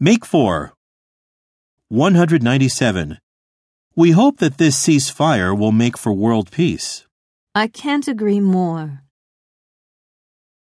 Make 4. 197. We hope that this ceasefire will make for world peace. I can't agree more.